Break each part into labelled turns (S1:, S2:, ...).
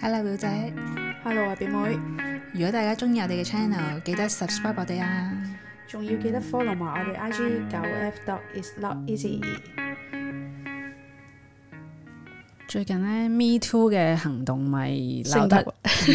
S1: Hello 表姐，
S2: Hello 啊，表妹，
S1: 如果大家中意我哋嘅 channel，記得 subscribe 我哋啊！
S2: 仲要記得 follow 埋我哋 IG 九 F dot is not easy。
S1: 最近咧 Me Too 嘅行動咪鬧
S2: 升
S1: 得
S2: 得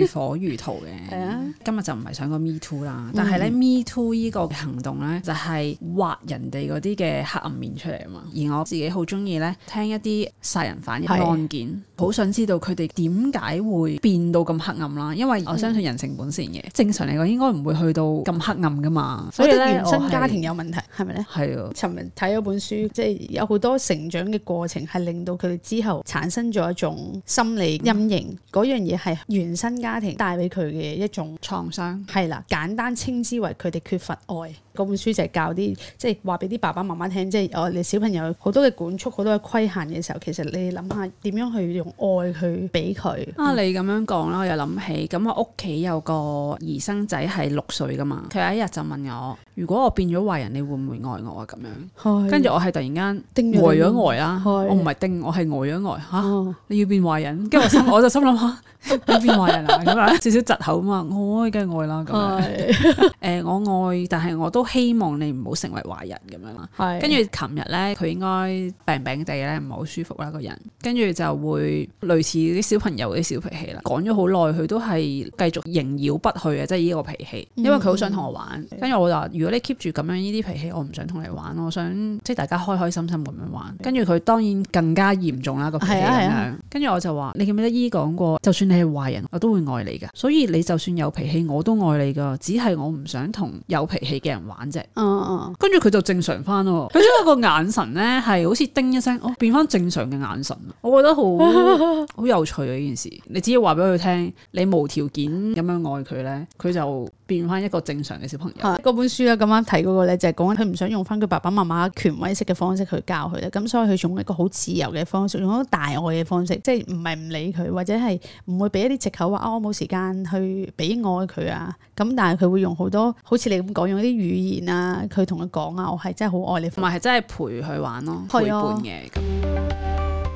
S1: 如火如荼 嘅，
S2: 係啊
S1: 今日就唔係想講 Me Too 啦，但係咧 Me Too 呢個行動咧就係、挖人哋嗰啲嘅黑暗面出嚟啊嘛，而我自己好中意咧聽一啲殺人犯嘅
S2: 係
S1: 案件，好想知道佢哋點解會變到咁黑暗啦，因為我相信人性本善嘅，正常嚟講應該唔會去到咁黑暗噶嘛，所
S2: 所
S1: 以
S2: 以
S1: 咧
S2: 原
S1: 我
S2: 生
S1: 係
S2: 家庭有問題，係咪呢？
S1: 係啊。
S2: 尋日睇咗本書，即係有好多成長嘅過程係令到佢哋之後產生咗一種心理陰影，嗰樣嘢係原生家庭帶俾佢嘅一種。
S1: 創傷
S2: 係啦，簡單稱之為佢哋缺乏愛。嗰本書就係教啲，即係話俾啲爸爸媽媽聽，即係我哋小朋友好多嘅管束、好多嘅規限嘅時候，其實你諗下點樣去用愛去俾佢。
S1: 啊！你咁樣講啦，我又諗起咁，我屋企有個兒生仔係六歲噶嘛，佢有一日就問我：如果我變咗壞人，你會唔會愛我啊？咁樣，跟住我係突然間
S2: 定
S1: 呆咗呆啦，
S2: 係
S1: 我唔係定，我係呆咗呆吓，
S2: 嗯哦
S1: 你要變壞人，跟住我心 我就心諗吓，你變壞人啊咁樣， 少少窒口啊嘛，我愛梗係愛啦咁樣，
S2: 係
S1: 誒我愛，但係我都希望你唔好成為壞人咁樣啦。
S2: 係
S1: 跟住琴日咧，佢應該病病地咧，唔係好舒服啦個人，跟住就會類似啲小朋友啲小脾氣啦。講咗好耐，佢都係繼續縈繞不去啊嘅，即係呢個脾氣。
S2: 嗯
S1: 因為佢好想同我玩，跟住我就話：如果你 keep 住咁樣呢啲脾氣，我唔想同你玩，我想即係大家開開心心咁樣玩。跟住佢當然更加嚴重啦個脾氣
S2: 嗯係啊
S1: 咁樣
S2: 係啊。
S1: 跟住我就話：你記唔記得姨講過，就算你係壞人，我都會愛你㗎。所以你就算有脾氣，我都愛你㗎。只係我唔想同有脾氣嘅人玩啫。
S2: 嗯嗯
S1: 跟住佢就正常翻咯，佢因為個眼神咧係好似叮一聲，哦變翻正常嘅眼神，我覺得好 好有趣啊！呢件事，你只要話俾佢聽，你無條件咁樣愛佢咧，佢就變翻一個正常嘅小朋友。
S2: 係嗰本書啊咧，咁啱睇嗰個咧，就係講緊佢唔想用翻佢爸爸媽媽權威式嘅方式去教佢咧，咁所以佢用一個好自由嘅方式，用一個大愛嘅方式，即係唔係唔理佢，或者係唔會俾一啲藉口話啊，我冇時間去俾愛佢啊。咁但係佢會用好多好似你咁講，用一啲語言啊，佢同佢講啊，我係真係好愛你。
S1: 同埋係真係陪佢玩咯，陪
S2: 係
S1: 伴
S2: 啊
S1: 嘅咁。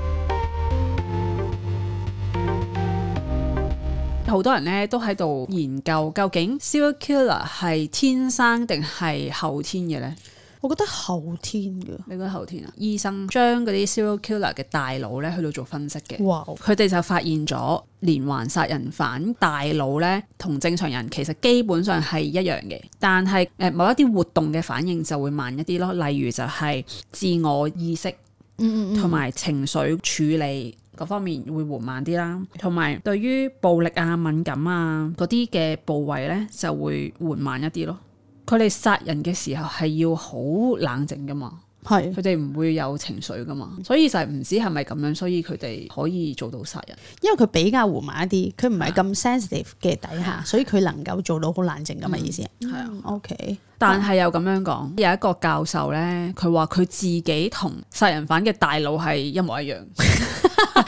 S1: 好多人咧都喺度研究究竟 serial killer 係天生定係後天嘅咧？
S2: 我覺得後天嘅，
S1: 你覺得後天啊？醫生將嗰啲 serial killer 嘅大腦咧去到做分析嘅，
S2: 哇！
S1: 佢哋就發現咗連環殺人犯大腦咧同正常人其實基本上係一樣嘅，但係誒、呃某一啲活動嘅反應就會慢一啲咯，例如就係自我意識
S2: 嗯
S1: 同埋情緒處理。嗰方面會緩慢啲啦，同埋對於暴力啊、敏感啊嗰啲嘅部位咧就會緩慢一啲咯。佢哋殺人嘅時候係要好冷靜噶嘛，
S2: 係
S1: 佢哋唔會有情緒噶嘛，所以就係唔知係咪咁樣，所以佢哋可以做到殺人。
S2: 因為佢比較緩慢一啲，佢
S1: 啊
S2: 唔係咁 sensitive 嘅底下，所以佢能夠做到好冷靜咁嘅意思。係
S1: 啊
S2: ，OK，
S1: 但係又咁樣講，有一個教授呢，佢話佢自己同殺人犯嘅大腦係一模一樣，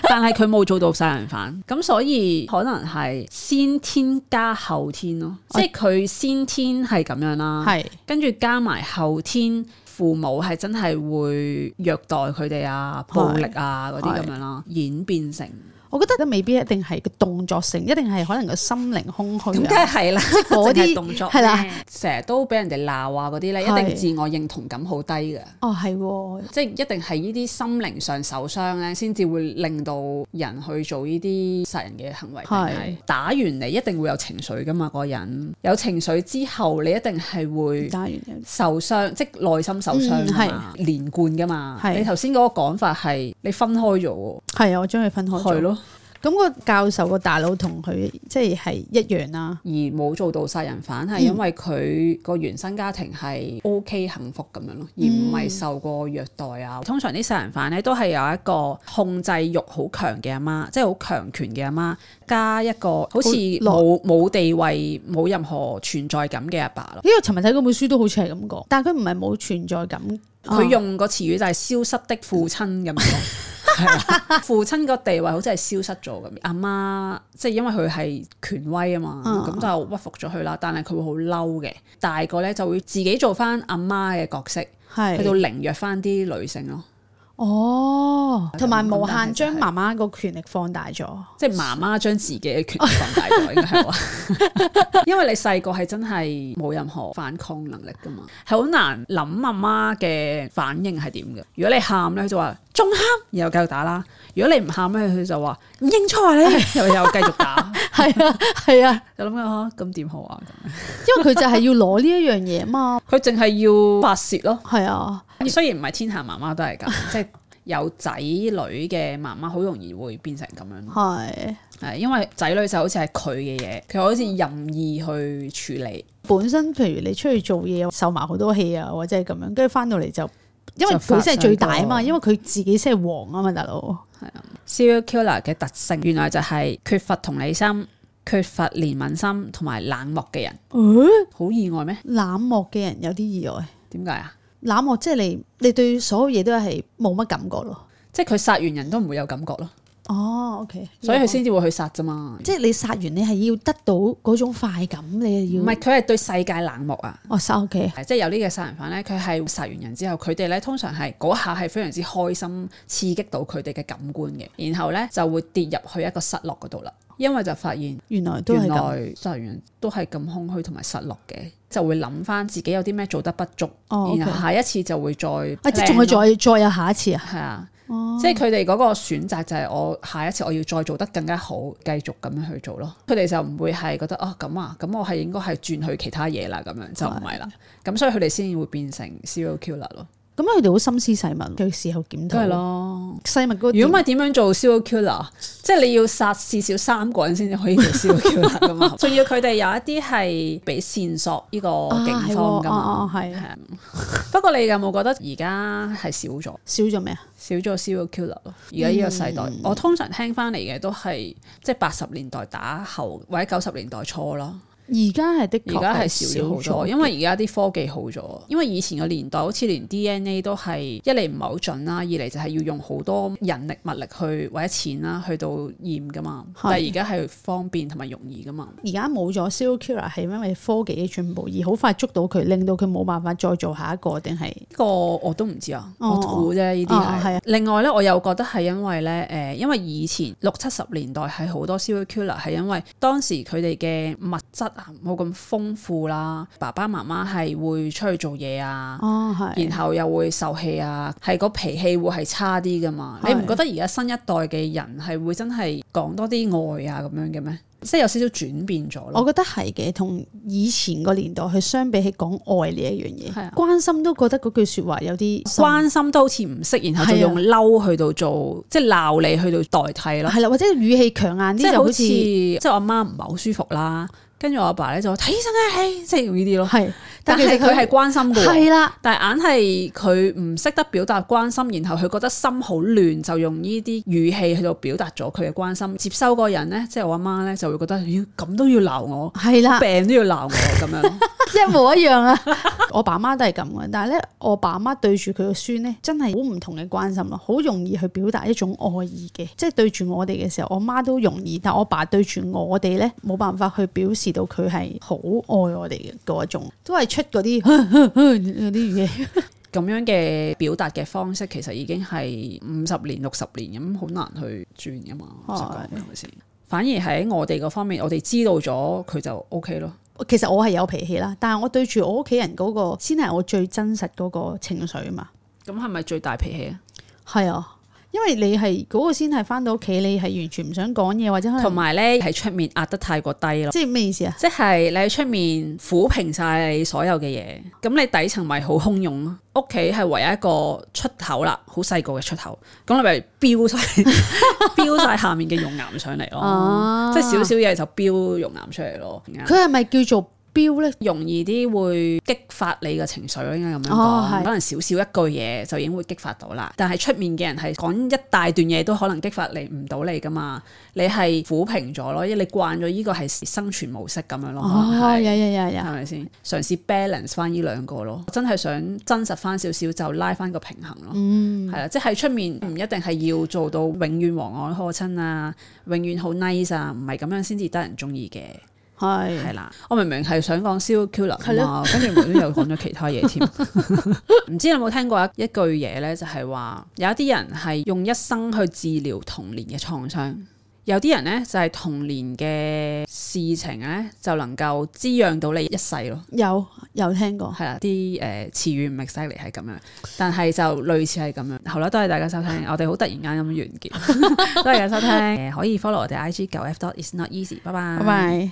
S1: 但係佢冇做到殺人犯，咁所以可能係先天加後天咯，即係佢先天係咁樣啦，
S2: 係
S1: 跟住加埋後天父母係真係會虐待佢哋啊、暴力啊嗰啲咁樣啦，演變成
S2: 我覺得都未必一定係個動作性，一定係可能個心靈空虛啊。
S1: 係啦，
S2: 嗰啲
S1: 淨係動作
S2: 係啦，
S1: 成日都俾人哋鬧啊嗰啲咧，一
S2: 係
S1: 定自我認同感好低嘅，
S2: 哦，係喎，
S1: 即係一定係呢啲心靈上受傷咧，先至會令到人去做呢啲殺人嘅行為。定
S2: 係
S1: 係打完你一定會有情緒噶嘛，嗰個人有情緒之後，你一定係會。
S2: 打完嘅
S1: 受傷，即係內心受傷㗎嘛，連貫噶嘛。
S2: 嗯係
S1: 你頭先嗰個講法係你分開咗
S2: 係啊，我將佢分
S1: 喎，
S2: 開
S1: 係
S2: 咗。
S1: 咯，
S2: 咁個教授個大佬同佢即係係一樣啦。
S1: 而冇做到殺人犯，係因為佢個原生家庭係 O K 幸福咁樣咯，而唔係受過虐待啊。通常啲殺人犯咧都係有一個控制欲好強嘅阿媽，即係好強權嘅阿媽，加一個好似冇冇地位、冇任何存在感嘅阿爸咯。
S2: 因為尋日睇嗰本書都好似係咁講，但係佢唔係冇存在感。
S1: 佢
S2: 啊
S1: 用個詞語就係消失的父親咁樣咯。係啊父親個地位好似係消失咗咁樣，阿媽即係因為佢係權威啊嘛，
S2: 嗯
S1: 咁、就屈服咗佢啦。但係佢會好嬲嘅，大個咧就會自己做翻阿媽嘅角色，去到
S2: 係
S1: 凌虐翻啲女性咯。
S2: 哦，同埋
S1: 咁
S2: 無
S1: 但係
S2: 限
S1: 就係
S2: 將媽媽個權力放大咗。
S1: 即係媽媽將自己嘅權力放大咗，應該係話， 因為你細個係真係冇任何反抗能力噶嘛，係好難諗媽媽嘅反應係點嘅。如果你喊咧，佢就話仲喊，然後繼續打啦；如果你唔喊咧，佢就話唔認錯 啊你，又又繼續打。
S2: 係啊，係啊，
S1: 就諗緊嚇，咁點好啊？咁
S2: 因為佢就係要攞呢一樣嘢嘛。
S1: 佢淨係要發泄咯。
S2: 係啊，
S1: 雖然唔係天下媽媽都係 咁，即係有仔女嘅媽媽好容易會變成咁樣咯。
S2: 係
S1: 係因為仔女就好似係佢嘅嘢，佢好似任意去處理。
S2: 本身譬如你出去做嘢，受埋好多氣啊，或者係咁樣，跟住翻到嚟就。因為
S1: 就發
S2: 佢先係最大啊
S1: 上個
S2: 嘛，因為佢自己先係王啊嘛，大佬。
S1: serial killer 嘅特性原來就係缺乏同理心、缺乏憐憫心同埋冷漠嘅人。好意外咩？
S2: 冷漠嘅人有啲意外，
S1: 點解啊？
S2: 冷漠即係你你對所有嘢都係冇乜感覺咯。
S1: 即係佢殺完人都唔會有感覺咯，
S2: 哦，OK，
S1: 所以佢先至會去殺啫嘛。
S2: 即係你殺完，你係要得到嗰種快感，你
S1: 唔
S2: 係要
S1: 係佢係對世界冷漠啊。
S2: 哦殺 OK，
S1: 係即係有呢個殺人犯咧，佢係殺完人之後，佢哋咧通常係嗰下係非常之開心，刺激到佢哋嘅感官嘅，然後咧就會跌入去一個失落嗰度啦。因為就發現
S2: 原來都係
S1: 原
S2: 咁。
S1: 來殺完人都係咁空虛同埋失落嘅，就會諗翻自己有啲咩做得不足，
S2: 哦，OK
S1: 然後下一次就會再 plan 咯。
S2: 啊，即係仲係再再有下一次啊？
S1: 係啊，即係佢哋嗰個選擇就係我下一次我要再做得更加好，繼續咁樣去做咯。佢哋就唔會係覺得哦咁啊，咁我係應該係轉去其他嘢啦，咁樣就唔係啦。咁所以佢哋先會變成 serial killer 咯，
S2: 咁佢哋好心思細密，佢事後
S1: 梗
S2: 檢
S1: 係
S2: 討。
S1: 咯。
S2: 細密嗰個點
S1: 如果唔係點樣做 serial killer？即係你要殺至少三個人先至可以做 serial killer 噶嘛？仲要佢哋有一啲係俾線索呢個
S2: 啊
S1: 警方噶嘛？
S2: 係喎哦哦
S1: 係
S2: 係
S1: 啊不過你有冇覺得而家係少咗？
S2: 少咗咩啊？
S1: 少咗 serial killer 咯。而家呢個世代，
S2: 嗯
S1: 我通常聽翻嚟嘅都係即係八十年代打後或者九十年代初啦。
S2: 而家係的
S1: 而
S2: 確
S1: 家係少咗好多，因為而家啲科技好咗。因為以前個年代好似連 DNA 都係一嚟唔係好準啦，二嚟就係要用好多人力物力去或者錢啦去到驗噶嘛。
S2: 係
S1: 但係而家係方便同埋容易噶嘛。
S2: 而家冇咗 serial killer 係因為科技嘅進步而好快捉到佢，令到佢冇辦法再做下一個，定係
S1: 呢個我都唔知啊，
S2: 哦
S1: 我估啫，呢啲
S2: 哦係
S1: 係
S2: 啊。
S1: 另外咧，我又覺得係因為咧，誒，因為以前六七十年代係好多 serial killer，係因為當時佢哋嘅物質啊冇咁豐富啦，爸爸媽媽係會出去做嘢啊。
S2: 哦係
S1: 然後又會受氣啊，係個脾氣會係差啲噶嘛？你
S2: 係
S1: 唔覺得而家新一代嘅人係會真係講多啲愛啊咁樣嘅咩？即係有少少轉變咗
S2: 我
S1: 咯。
S2: 覺得係嘅，同以前個年代去相比起講愛呢一樣嘢，
S1: 係啊
S2: 關心都覺得嗰句説話有啲
S1: 關心都好似唔識，然後就
S2: 係啊
S1: 用嬲去到做，即係鬧你去到代替咯。
S2: 係啦，或者語氣強硬
S1: 即
S2: 啲
S1: 係
S2: 就
S1: 好
S2: 好
S1: 似
S2: 似
S1: 即係我阿媽唔係好舒服啦，跟住我阿爸咧就話睇醫生啊，唉即係用呢啲咯。
S2: 係，
S1: 但
S2: 其
S1: 係
S2: 實
S1: 佢係關心嘅喎，
S2: 係啦，
S1: 但係硬係佢唔識得表達關心，然後佢覺得心好亂，就用呢啲語氣去到表達咗佢嘅關心。接收嗰個人咧，即係我阿媽咧，就會覺得咦咁都要鬧 我，
S2: 係啦，
S1: 病都要鬧我咁樣。
S2: 一模一樣啊！我爸媽都係咁嘅，但係咧，我爸媽對住佢個孫咧，真係好唔同嘅關心咯，好容易去表達一種愛意嘅，即係對住我哋嘅時候，我媽都容易，但我爸對住我哋咧，冇辦法去表示到佢係好愛我哋嘅嗰一種，都係出嗰啲嗰啲語氣。
S1: 咁樣嘅表達嘅方式，其實已經係五十年、六十年咁，好難去轉噶嘛。
S2: 係
S1: 老實講係咪先？反而喺我哋嗰方面，我哋知道咗佢就 O K 咯。
S2: 其實我係有脾氣啦，但係我對住我屋企人嗰個先係我最真實嗰個情緒啊嘛。
S1: 咁係咪最大脾氣啊？
S2: 係啊，因為你係嗰、個先係翻到屋企，你係完全唔想講嘢，或者可
S1: 同
S2: 能
S1: 埋咧喺出面壓得太過低咯，
S2: 即係咩意思啊？
S1: 即係你喺出面撫平晒你所有嘅嘢，咁你底層咪好洶湧咯。屋企係唯一一個出口啦，好細個嘅出口，咁你咪飆晒 飆晒下面嘅熔岩上嚟咯，
S2: 啊
S1: 即係少少嘢就飆熔岩出嚟咯。
S2: 哦佢係咪叫做標咧？
S1: 容易啲會激發你嘅情緒咯，應該咁樣講。
S2: 哦係
S1: 可能少少一句嘢就已經會激發到啦。但係出面嘅人係講一大段嘢都可能激發你唔到你噶嘛。你係撫平咗咯，因為你慣咗呢個係生存模式咁樣咯。可能
S2: 哦，
S1: 係
S2: 有有有
S1: 係
S2: 有，
S1: 咪先？嘗試 balance 翻呢兩個咯，真係想真實翻少少就拉翻個平衡咯。嗯，係啦，即係出面唔一定係要做到永遠和藹可親啊，永遠好 nice 啊，唔係咁樣先至得人中意嘅。
S2: 係
S1: 係啦，我明明係想講 serial killer 嘛，啊跟住無端又講咗其他嘢 添。唔知你有冇聽過一一句嘢咧，就係話有一啲人係用一生去治療童年嘅創傷，有啲人咧就係童年嘅事情咧就能夠滋養到你一世咯。
S2: 有有聽過，
S1: 係啦，啲誒詞語唔 exactly 係咁樣，但係就類似係咁樣。好啦，多謝大家收聽，我哋好突然間咁樣完 結，多謝大家收聽。誒可以 follow 我哋 IG 九 F dot is not easy，拜拜，
S2: 拜拜。